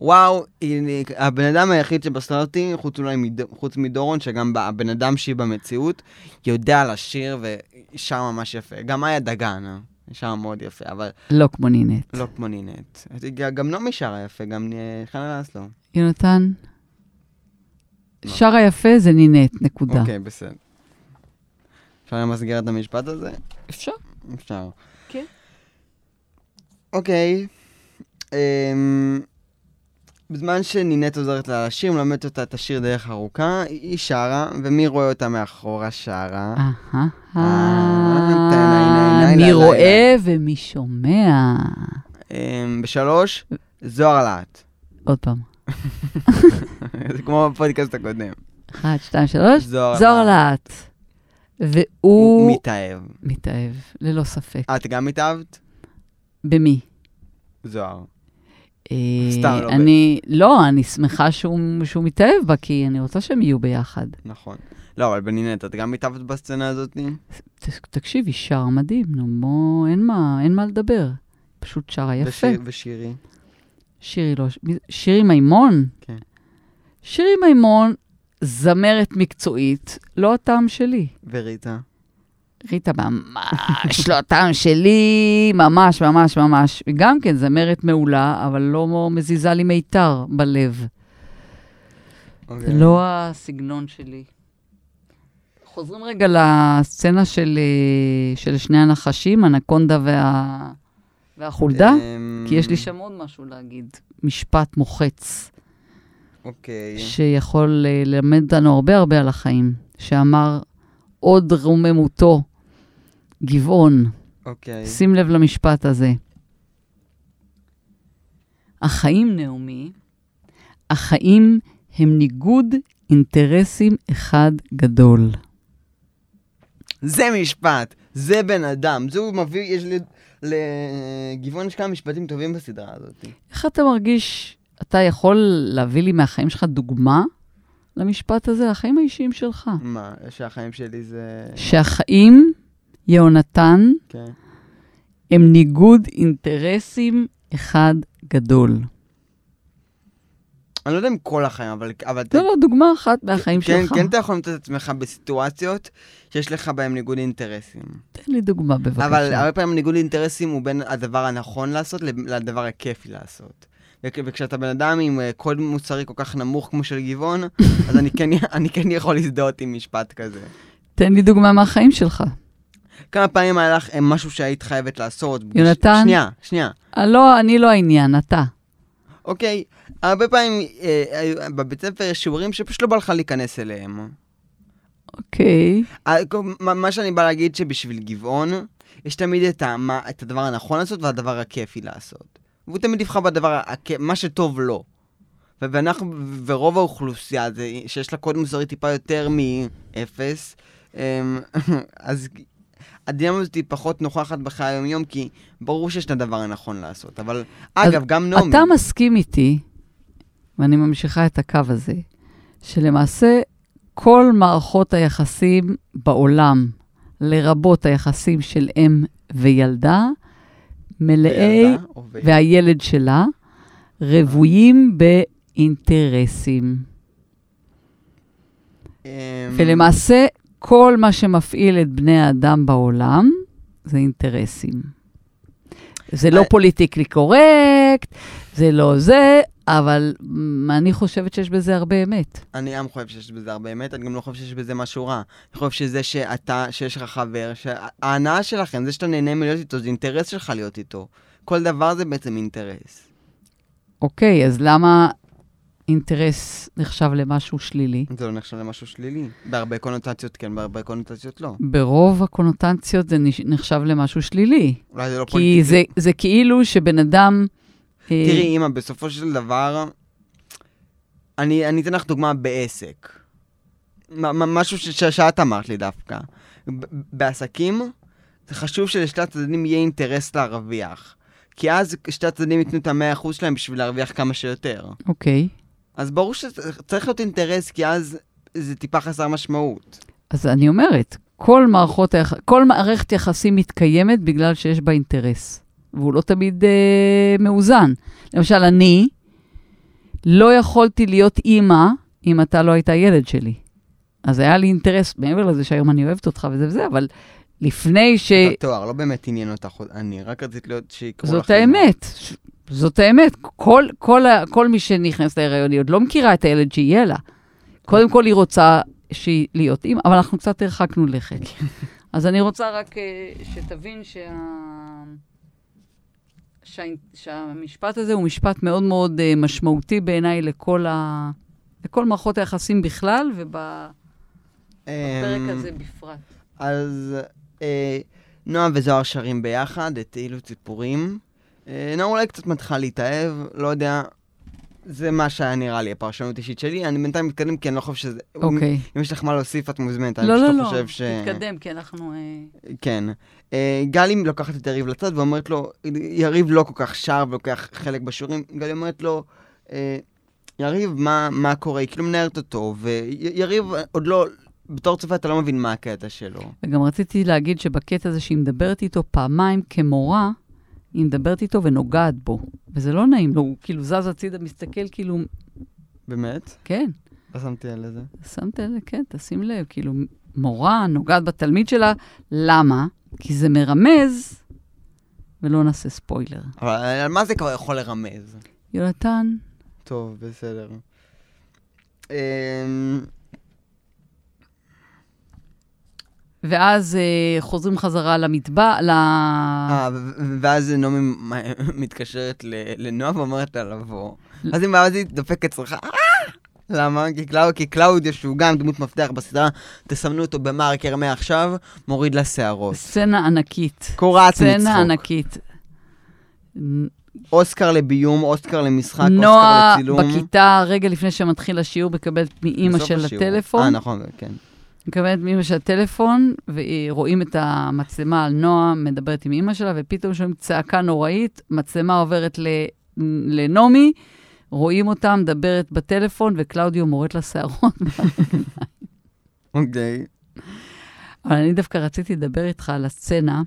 וואו, היא- הבן אדם היחיד שבסרטי, חוץ אולי מד- חוץ מדורון, שגם ב- הבן אדם שהיא במציאות, יודע לשיר ושר ממש יפה. גם איה דגן, אה, שר מאוד יפה, אבל
לא כמו נינט.
לא כמו נינט. גם נעמי שרה יפה, גם אה, חנה לסלו.
יונתן,
מה?
שר היפה זה נינט, נקודה.
אוקיי, בסדר. אפשר למסגר את המשפט הזה?
אפשר.
אפשר.
כן.
אוקיי. אמ, בזמן שנינט עוזרת לה לשיר, מלמדת אותה את השיר דרך ארוכה, היא- היא שרה, ומי רואה אותה מאחורה שרה?
אה.
אה,
אהה, מי רואה ומי שומע.
אמ, בשלוש, זוהר להט.
עוד פעם.
זה כמו בפודקאסט הקודם.
אחת, שתיים, שלוש.
זוהר
זוהר להט. והוא
מתאהב.
מתאהב, ללא ספק.
את גם התאהבת?
במי?
זוהר.
אה,
סתם, לא
אני, לא, אני שמחה שהוא שהוא מתאהב בה, כי אני רוצה שהם יהיו ביחד.
נכון. לא, אבל בנינט, את גם התאהבת בסצנה הזאת?
ת- תקשיבי, שר מדהים, נו, בוא, אין מה, אין מה לדבר. פשוט שרה יפה.
ושיר- ושירי.
שירי לא... מי זה? שירי מימון?
כן.
שירי מימון, זמרת מקצועית, לא הטעם שלי.
וריטה.
ריטה ממש לא הטעם שלי, ממש, ממש, ממש. גם כן זמרת מעולה, אבל לא מזיזה לי מיתר בלב. זה
אוקיי.
לא הסגנון שלי. חוזרים רגע לסצנה של, אה, של שני הנחשים, אנקונדה וה... והחולדה,
אמ,
כי יש לי שם עוד משהו להגיד. משפט מוחץ.
אוקיי.
שיכול אה, ללמד אותנו הרבה הרבה על החיים, שאמר עוד רוממותו, גבעון.
אוקיי.
שים לב למשפט הזה. החיים, נעמי, החיים הם ניגוד אינטרסים אחד גדול.
זה משפט, זה בן אדם, זה הוא מביא, יש לי... לגבעון יש כמה משפטים טובים בסדרה הזאת.
איך אתה מרגיש, אתה יכול להביא לי מהחיים שלך דוגמה למשפט הזה, החיים האישיים שלך?
מה, שהחיים שלי זה...
שהחיים, יהונתן,
כן.
הם ניגוד אינטרסים אחד גדול.
אני לא יודע אם כל החיים, אבל... אבל אתה-
זו לא דוגמה אחת מהחיים
כן,
שלך.
כן, אתה יכול למצוא את עצמך בסיטואציות שיש לך בהן ניגוד אינטרסים.
תן לי דוגמה
אבל
בבקשה.
הרבה פעמים ניגוד אינטרסים הוא בין הדבר הנכון לעשות לב- לדבר הכיפי לעשות. וכ- וכשאתה בן אדם עם אה, קוד מוסרי כל כך נמוך כמו של גבעון, אז אני כן, אני כן יכול להזדהות עם משפט כזה.
תן לי דוגמה מהחיים שלך.
כמה פעמים היה לך אה, משהו שהיית חייבת לעשות?
יונתן?
שנייה, שנייה.
אה, לא, אני לא העניין, אתה.
אוקיי, הרבה פעמים אה, אה, בבית ספר יש שיעורים שפשוט לא בא לך להיכנס אליהם.
אוקיי.
אה, כל- מה- מה שאני בא להגיד שבשביל גבעון, יש תמיד את, ה, מה, את הדבר הנכון לעשות והדבר הכיפי לעשות. והוא תמיד יבחר בדבר, הכ- מה שטוב לו. ו- ואנחנו, ו- ורוב האוכלוסייה, זה, שיש לה קוד מוסרי טיפה יותר מאפס, אמ, אז הדילמה הזאת היא פחות נוכחת בחיי היום-יום, כי ברור שיש את הדבר הנכון לעשות. אבל,
אז
אגב, גם נעמי.
אתה מסכים איתי, ואני ממשיכה את הקו הזה, שלמעשה כל מערכות היחסים בעולם, לרבות היחסים של אם וילדה, מלאי
וילדה, או ו-
והילד שלה רוויים באינטרסים.
Mm. אמ,
ולמעשה, כל מה שמפעיל את בני האדם בעולם זה אינטרסים. זה לא
אה.
פוליטיקלי קורקט, זה לא זה, אבל מ, אני חושבת שיש בזה הרבה אמת.
אני גם חושב שיש בזה הרבה אמת, אני גם לא חושב שיש בזה משהו רע. אני חושב שזה שאתה, שיש לך חבר, שההנאה שלכם, זה שאתה נהנה מלהיות איתו, זה אינטרס שלך להיות איתו. כל דבר זה בעצם אינטרס.
אוקיי, אז למה אינטרס נחשב למשהו שלילי.
זה לא נחשב למשהו שלילי. בהרבה קונוטציות כן, בהרבה קונוטציות לא.
ברוב הקונוטציות זה נש- נחשב למשהו שלילי.
אולי זה לא
כי זה, זה כאילו שבן אדם... אה,
תראי, אימא, בסופו של דבר, אני, אני אתן לך דוגמה בעסק. מ- מ- משהו ש- ש- שאת אמרת לי דווקא. ב- בעסקים, זה חשוב שלשתי הצדדים יהיה אינטרס להרוויח. כי אז שתי הצדדים ייתנו את המאה אחוז שלהם בשביל להרוויח כמה שיותר.
אוקיי.
אז ברור שצריך להיות אינטרס, כי אז זה טיפה חסר משמעות.
אז אני אומרת, כל, מערכות, היח- כל מערכת יחסים מתקיימת בגלל שיש בה אינטרס, והוא לא תמיד אה, מאוזן. למשל, אני לא יכולתי להיות אימא אם אתה לא היית ילד שלי. אז היה לי אינטרס, מעבר לזה שהיום אני אוהבת אותך וזה וזה, אבל לפני ש...
את התואר לא באמת עניין אותך, אני רק רצית להיות שיקראו לך...
אה, זאת
אימא.
האמת. ש- זאת האמת. כל, כל, ה- כל מי שנכנס להיריון, היא עוד לא מכירה את הילד שיהיה לה. קודם כל היא רוצה שהיא להיות אימא, אבל אנחנו קצת הרחקנו לכת. אז אני רוצה רק אה, שתבין שה... שה... שהמשפט הזה הוא משפט מאוד מאוד אה, משמעותי בעיניי לכל, ה... לכל מערכות היחסים בכלל ובפרק
אמ,
הזה בפרט.
אז אה, נועה וזוהר שרים ביחד את אילו ציפורים. אה, נועה אולי קצת מתחילה להתאהב, לא יודע. זה מה שהיה נראה לי, הפרשנות אישית שלי. אני בינתיים מתקדם כי אני לא חושב שזה... אם,
אוקיי.
אם יש לך מה להוסיף, את מוזמנת.
לא,
אני
לא,
פשוט
לא,
חושב ש...
תתקדם, כי אנחנו... אה,
כן. אה, גלי לוקחת את יריב לצד ואומרת לו, יריב לא כל כך שר ולוקח חלק בשיעורים, גלי אומרת לו, אה, יריב, מה, מה קורה? היא כאילו מנערת אותו, ויריב עוד לא, בתור צופה אתה לא מבין מה הקטע שלו.
וגם רציתי להגיד שבקטע הזה שהיא מדברת איתו פעמיים כמורה, היא מדברת איתו ונוגעת בו. וזה לא נעים לו, הוא כאילו זז הצידה, מסתכל כאילו,
באמת?
כן,
לא שמתי על זה.
שמת לב, כן, תשים לב, כאילו, מורה נוגעת בתלמיד שלה, למה? כי זה מרמז, ולא נעשה ספוילר.
אבל על מה זה כבר יכול לרמז?
יונתן,
טוב, בסדר. אמ,
ואז אה, חוזרים חזרה למטבע, ל...
אה, ו- ו- ואז נעמי מ- מתקשרת ל- לנועה ואומרת לה לבוא. אז היא ואז היא דופקת צריכה. למה? כי, קלאו, כי קלאודיו, שהוא גם דמות מפתח בסדרה, תסמנו אותו במרקר מעכשיו, מוריד לה שערות.
סצנה ענקית.
קורעת
סצנה
מצחוק.
ענקית.
אוסקר לביום, אוסקר למשחק, אוסקר
נועה
לצילום.
בכיתה, רגע לפני שמתחיל השיעור, מקבלת מאימא
בסוף
של
השיעור.
הטלפון.
אה, נכון, כן.
מקבלת מאימא של הטלפון, ורואים את המצלמה על נועה, מדברת עם אימא שלה, ופתאום שומעים צעקה נוראית, מצלמה עוברת ל- לנעמי, רואים אותה מדברת בטלפון, וקלאודיו מורט לה שערות.
אוקיי.
אבל אני דווקא רציתי לדבר איתך על הסצנה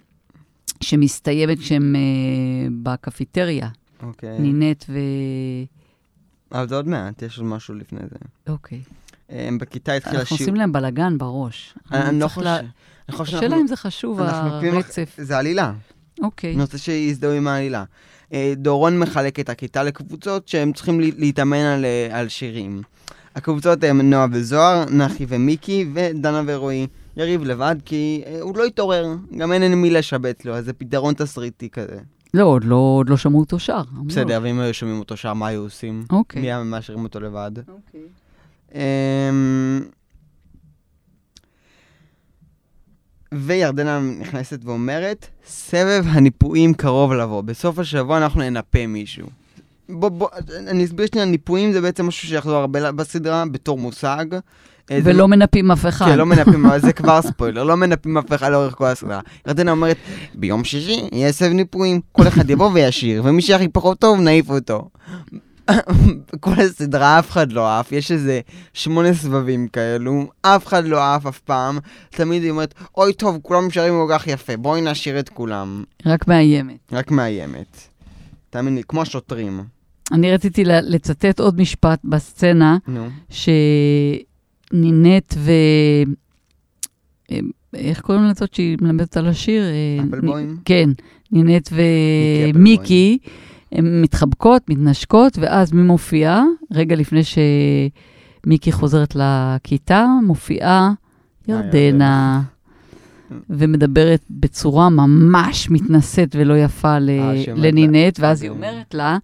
שמסתיימת כשהם אה, בקפיטריה,
אוקיי.
נינט ו...
אבל זה עוד מעט, יש עוד משהו לפני זה.
אוקיי.
אמ, בכיתה התחיל
אנחנו
השיעור.
עושים להם בלאגן בראש.
אני אני לא
צריך לה-
חושב... אני חושב
השאלה אם זה חשוב,
אנחנו עוקבים אח-
הרצף.
זה עלילה.
אוקיי.
אני רוצה שיזדהו עם העלילה. אה, דורון מחלק את הכיתה לקבוצות שהם צריכים לה- להתאמן על, אה, על שירים. הקבוצות הם נועה וזוהר, נחי ומיקי ודנה ורועי. יריב לבד כי אה, הוא לא התעורר, גם אין אין מי לשבץ לו, אז זה פתרון תסריטי כזה.
לא, עוד לא, עוד לא שמעו אותו שר. אמרו לו.
בסדר, ואם היו שומעים אותו שם, מה היו עושים? מי
אוקיי.
היה מאשרים אותו לבד?
אוקיי.
אמ, וירדנה נכנסת ואומרת, סבב הניפויים קרוב לבוא. בסוף השבוע אנחנו ננפה מישהו. בוא, בוא, אני אסביר שנייה, ניפויים זה בעצם משהו שיחזור הרבה ל- בסדרה, בתור מושג. אה, זה
ולא מנפים אף אחד.
כן, לא מנפים, אבל זה כבר ספוילר, לא מנפים אף אחד לאורך כל הסדרה. ירדנה אומרת, ביום שישי יהיה סבב ניפויים, כל אחד יבוא וישיר, ומי שהכי פחות טוב, נעיף אותו. כל הסדרה אף אחד לא עף, יש איזה שמונה סבבים כאלו, אף אחד לא עף אף פעם, תמיד היא אומרת, אוי טוב, כולם שרים כל כך יפה, בואי נשיר את כולם.
רק מאיימת.
רק מאיימת. תאמין לי, כמו שוטרים.
אני רציתי ל- לצטט עוד משפט בסצנה,
נו.
שנינט ו... אה, איך קוראים לזאת שהיא מלמדת על השיר? אה,
אפלבוים?
נ- כן, נינט
מיקי
ומיקי, הן מתחבקות, מתנשקות, ואז מי מופיעה? רגע לפני שמיקי חוזרת לכיתה, מופיעה ירדנה,
ירדנה.
ומדברת בצורה ממש מתנשאת ולא יפה ל-
אה, שהיא אומרת לה,
לנינט, ואז היא
"אדום".
אומרת לה,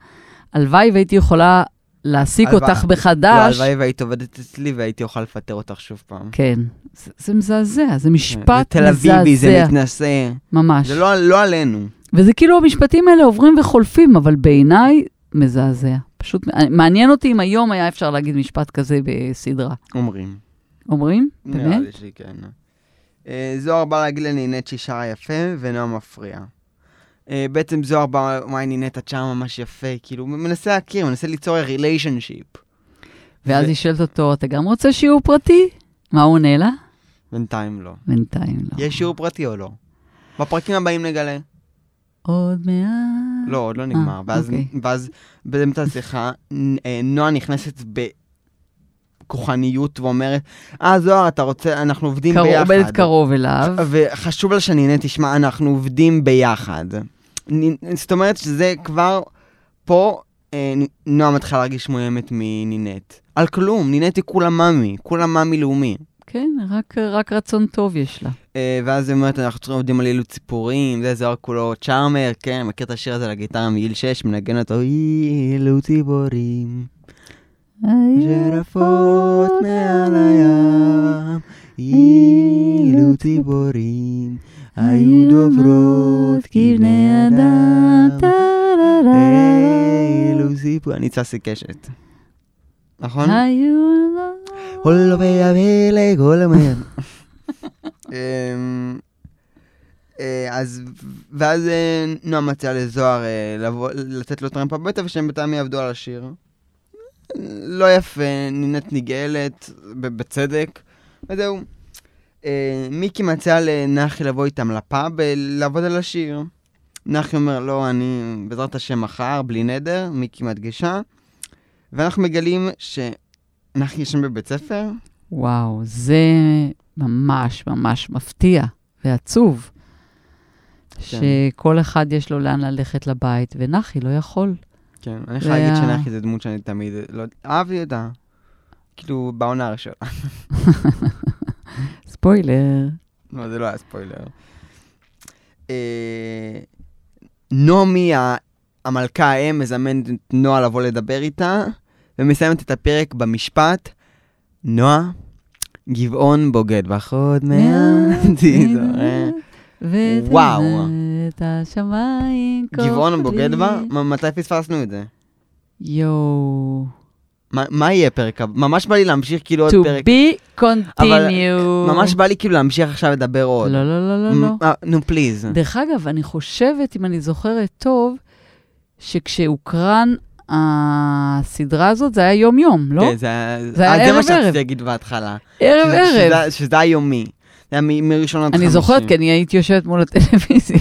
הלוואי והייתי יכולה להעסיק
הלוואי.
אותך
לא,
בחדש.
הלוואי והיית עובדת אצלי והייתי אוכל לפטר אותך שוב פעם.
כן, זה, זה מזעזע, זה
זה
משפט
תל אביבי, זה
מזעזע,
מתנשא.
ממש.
זה לא, לא עלינו.
וזה כאילו המשפטים האלה עוברים וחולפים, אבל בעיניי מזעזע. פשוט מעניין אותי אם היום היה אפשר להגיד משפט כזה בסדרה.
אומרים.
אומרים?
נראה
באמת?
לי שכן. אה, זוהר בא להגיד לנינט שהיא שרה יפה ונועם מפריע. אה, בעצם זוהר בא, וואי נינט, את שרה ממש יפה, כאילו, הוא מנסה להכיר, מנסה ליצור ריליישנשיפ.
ואז היא שואלת אותו, אתה גם רוצה שיעור פרטי? מה הוא עונה לה?
בינתיים לא.
בינתיים לא.
יש שיעור פרטי או לא? בפרקים הבאים נגלה.
עוד מעט.
לא, עוד לא נגמר. ואז-
אוקיי.
ואז באמצע השיחה, נ- אה, נועה נכנסת בכוחניות ואומרת, אה, זוהר, אתה רוצה, אנחנו עובדים
קרוב-
ביחד.
עובדת קרוב אליו.
וחשוב לה שנהנה, תשמע, אנחנו עובדים ביחד. נ- זאת אומרת שזה כבר, פה אה, נ- נועה מתחילה להרגיש מאוימת מנינט. על כלום, נינט היא כולה מאמי, כולה מאמי לאומי.
כן, רק- רק רצון טוב יש לה.
אה, ואז היא אומרת, אנחנו צריכים עובדים על אילו ציפורים, זה זוהר כולו צ'ארמר, כן, מכיר את השיר הזה על הגיטרה מגיל 6, מנגן אותו, אילו ציפורים, שרפות מעל הים, אילו ציפורים, היו דוברות כבני אדם, אילו ציפורים, אני צסי קשת. לא- נכון?
היו... לא-
Hola, bella, bella, hola, man. אמ, אה, אז, ואז אה, נועה מציעה לזוהר אה, לבוא- לתת לו טרמפ הביתה, ושהם בינתיים יעבדו על השיר. לא יפה, נינת נגאלת, ב- בצדק, וזהו. אה, מיקי מציע לנחי לבוא איתם לפאב, אה, לעבוד על השיר. נחי אומר, לא, אני בעזרת השם מחר, בלי נדר, מיקי מדגישה. ואנחנו מגלים שנחי ישן בבית ספר,
וואו, זה ממש ממש מפתיע ועצוב,
כן.
שכל אחד יש לו לאן ללכת לבית, ונחי לא יכול.
כן, אני
זה
חייב להגיד
ה-
שנחי זו דמות שאני תמיד, לא, אהבתי אותה. כאילו, בעונה הראשונה.
ספוילר.
לא, זה לא היה ספוילר. אה, נעמי, ה- המלכה האם, מזמנת את נועה לבוא לדבר איתה, ומסיימת את הפרק במשפט, נועה, גבעון בוגד בך עוד מעט. וואו.
את השמיים כופרים.
גבעון בוגד בה? מ- מתי פספסנו את זה?
יואו.
מה- מה יהיה פרק הבא? ממש בא לי להמשיך כאילו עוד
To
פרק.
be continued.
ממש בא לי כאילו להמשיך עכשיו לדבר עוד.
לא, לא, לא, לא, לא.
מ- אה, נו, פליז.
דרך אגב, אני חושבת, אם אני זוכרת טוב, שכשהוקרן הסדרה הזאת, זה היה יום-יום, לא?
כן, זה היה...
זה היה
אה, זה מה
ערב, ערב.
שרציתי להגיד בהתחלה. שזה-
ערב-ערב.
שזה- שזה היה יומי. זה היה מ- מראשון עד חמישי.
אני זוכרת, כן. כי אני הייתי יושבת מול הטלוויזיה.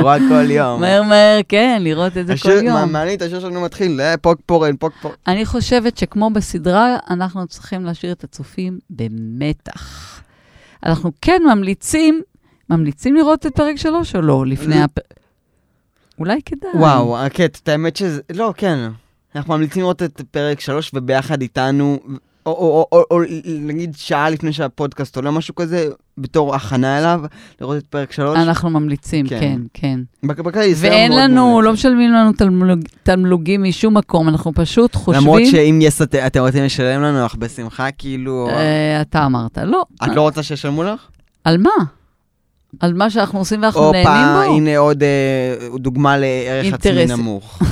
רואה כל יום.
מהר מהר, כן, לראות את זה
השיר-
כל
מה-
יום.
מעניין, את השיר שלנו מתחיל, אה, פוק פורן, פוק פורן.
אני חושבת שכמו בסדרה, אנחנו צריכים להשאיר את הצופים במתח. אנחנו כן ממליצים, ממליצים לראות את פרק שלוש או לא, לפני
לא.
הפ... אולי כדאי.
וואו, הקטע, את האמת שזה... לא, כן. אנחנו ממליצים לראות את פרק 3 וביחד איתנו, או- או או- או נגיד שעה לפני שהפודקאסט עולה, משהו כזה, בתור הכנה אליו, לראות את פרק 3.
אנחנו ממליצים,
כן.
כן, כן.
בכללי, סרט
אה, ואין
מאוד
לנו,
מומלץ.
לא משלמים לנו תלמלוג- תמלוגים משום מקום, אנחנו פשוט לא חושבים...
למרות שאם יש, אתם- אתם רוצים לשלם לנו, אנחנו בשמחה, כאילו...
אה, אתה אמרת, לא.
את לא רוצה שישלמו לך?
על מה? על מה שאנחנו עושים ואנחנו
הופה,
נהנים בו?
הנה עוד אה, דוגמה לערך עצמי
אינטרס.
נמוך.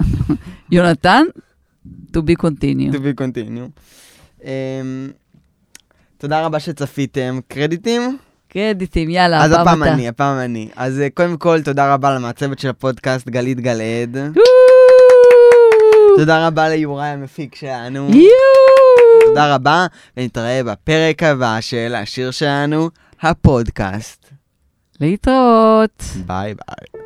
יונתן, to be continued.
To be continue. אמ, תודה רבה שצפיתם. קרדיטים?
קרדיטים, יאללה,
אז
הפעם אתה.
הפעם אני, הפעם אני. אז אה, קודם כל, תודה רבה למעצבת של הפודקאסט, גלית גלעד.
יואו!
תודה רבה ליוראי המפיק שלנו.
יואו!
תודה רבה, ונתראה בפרק הבא של השיר שלנו, הפודקאסט.
להתראות.
ביי ביי.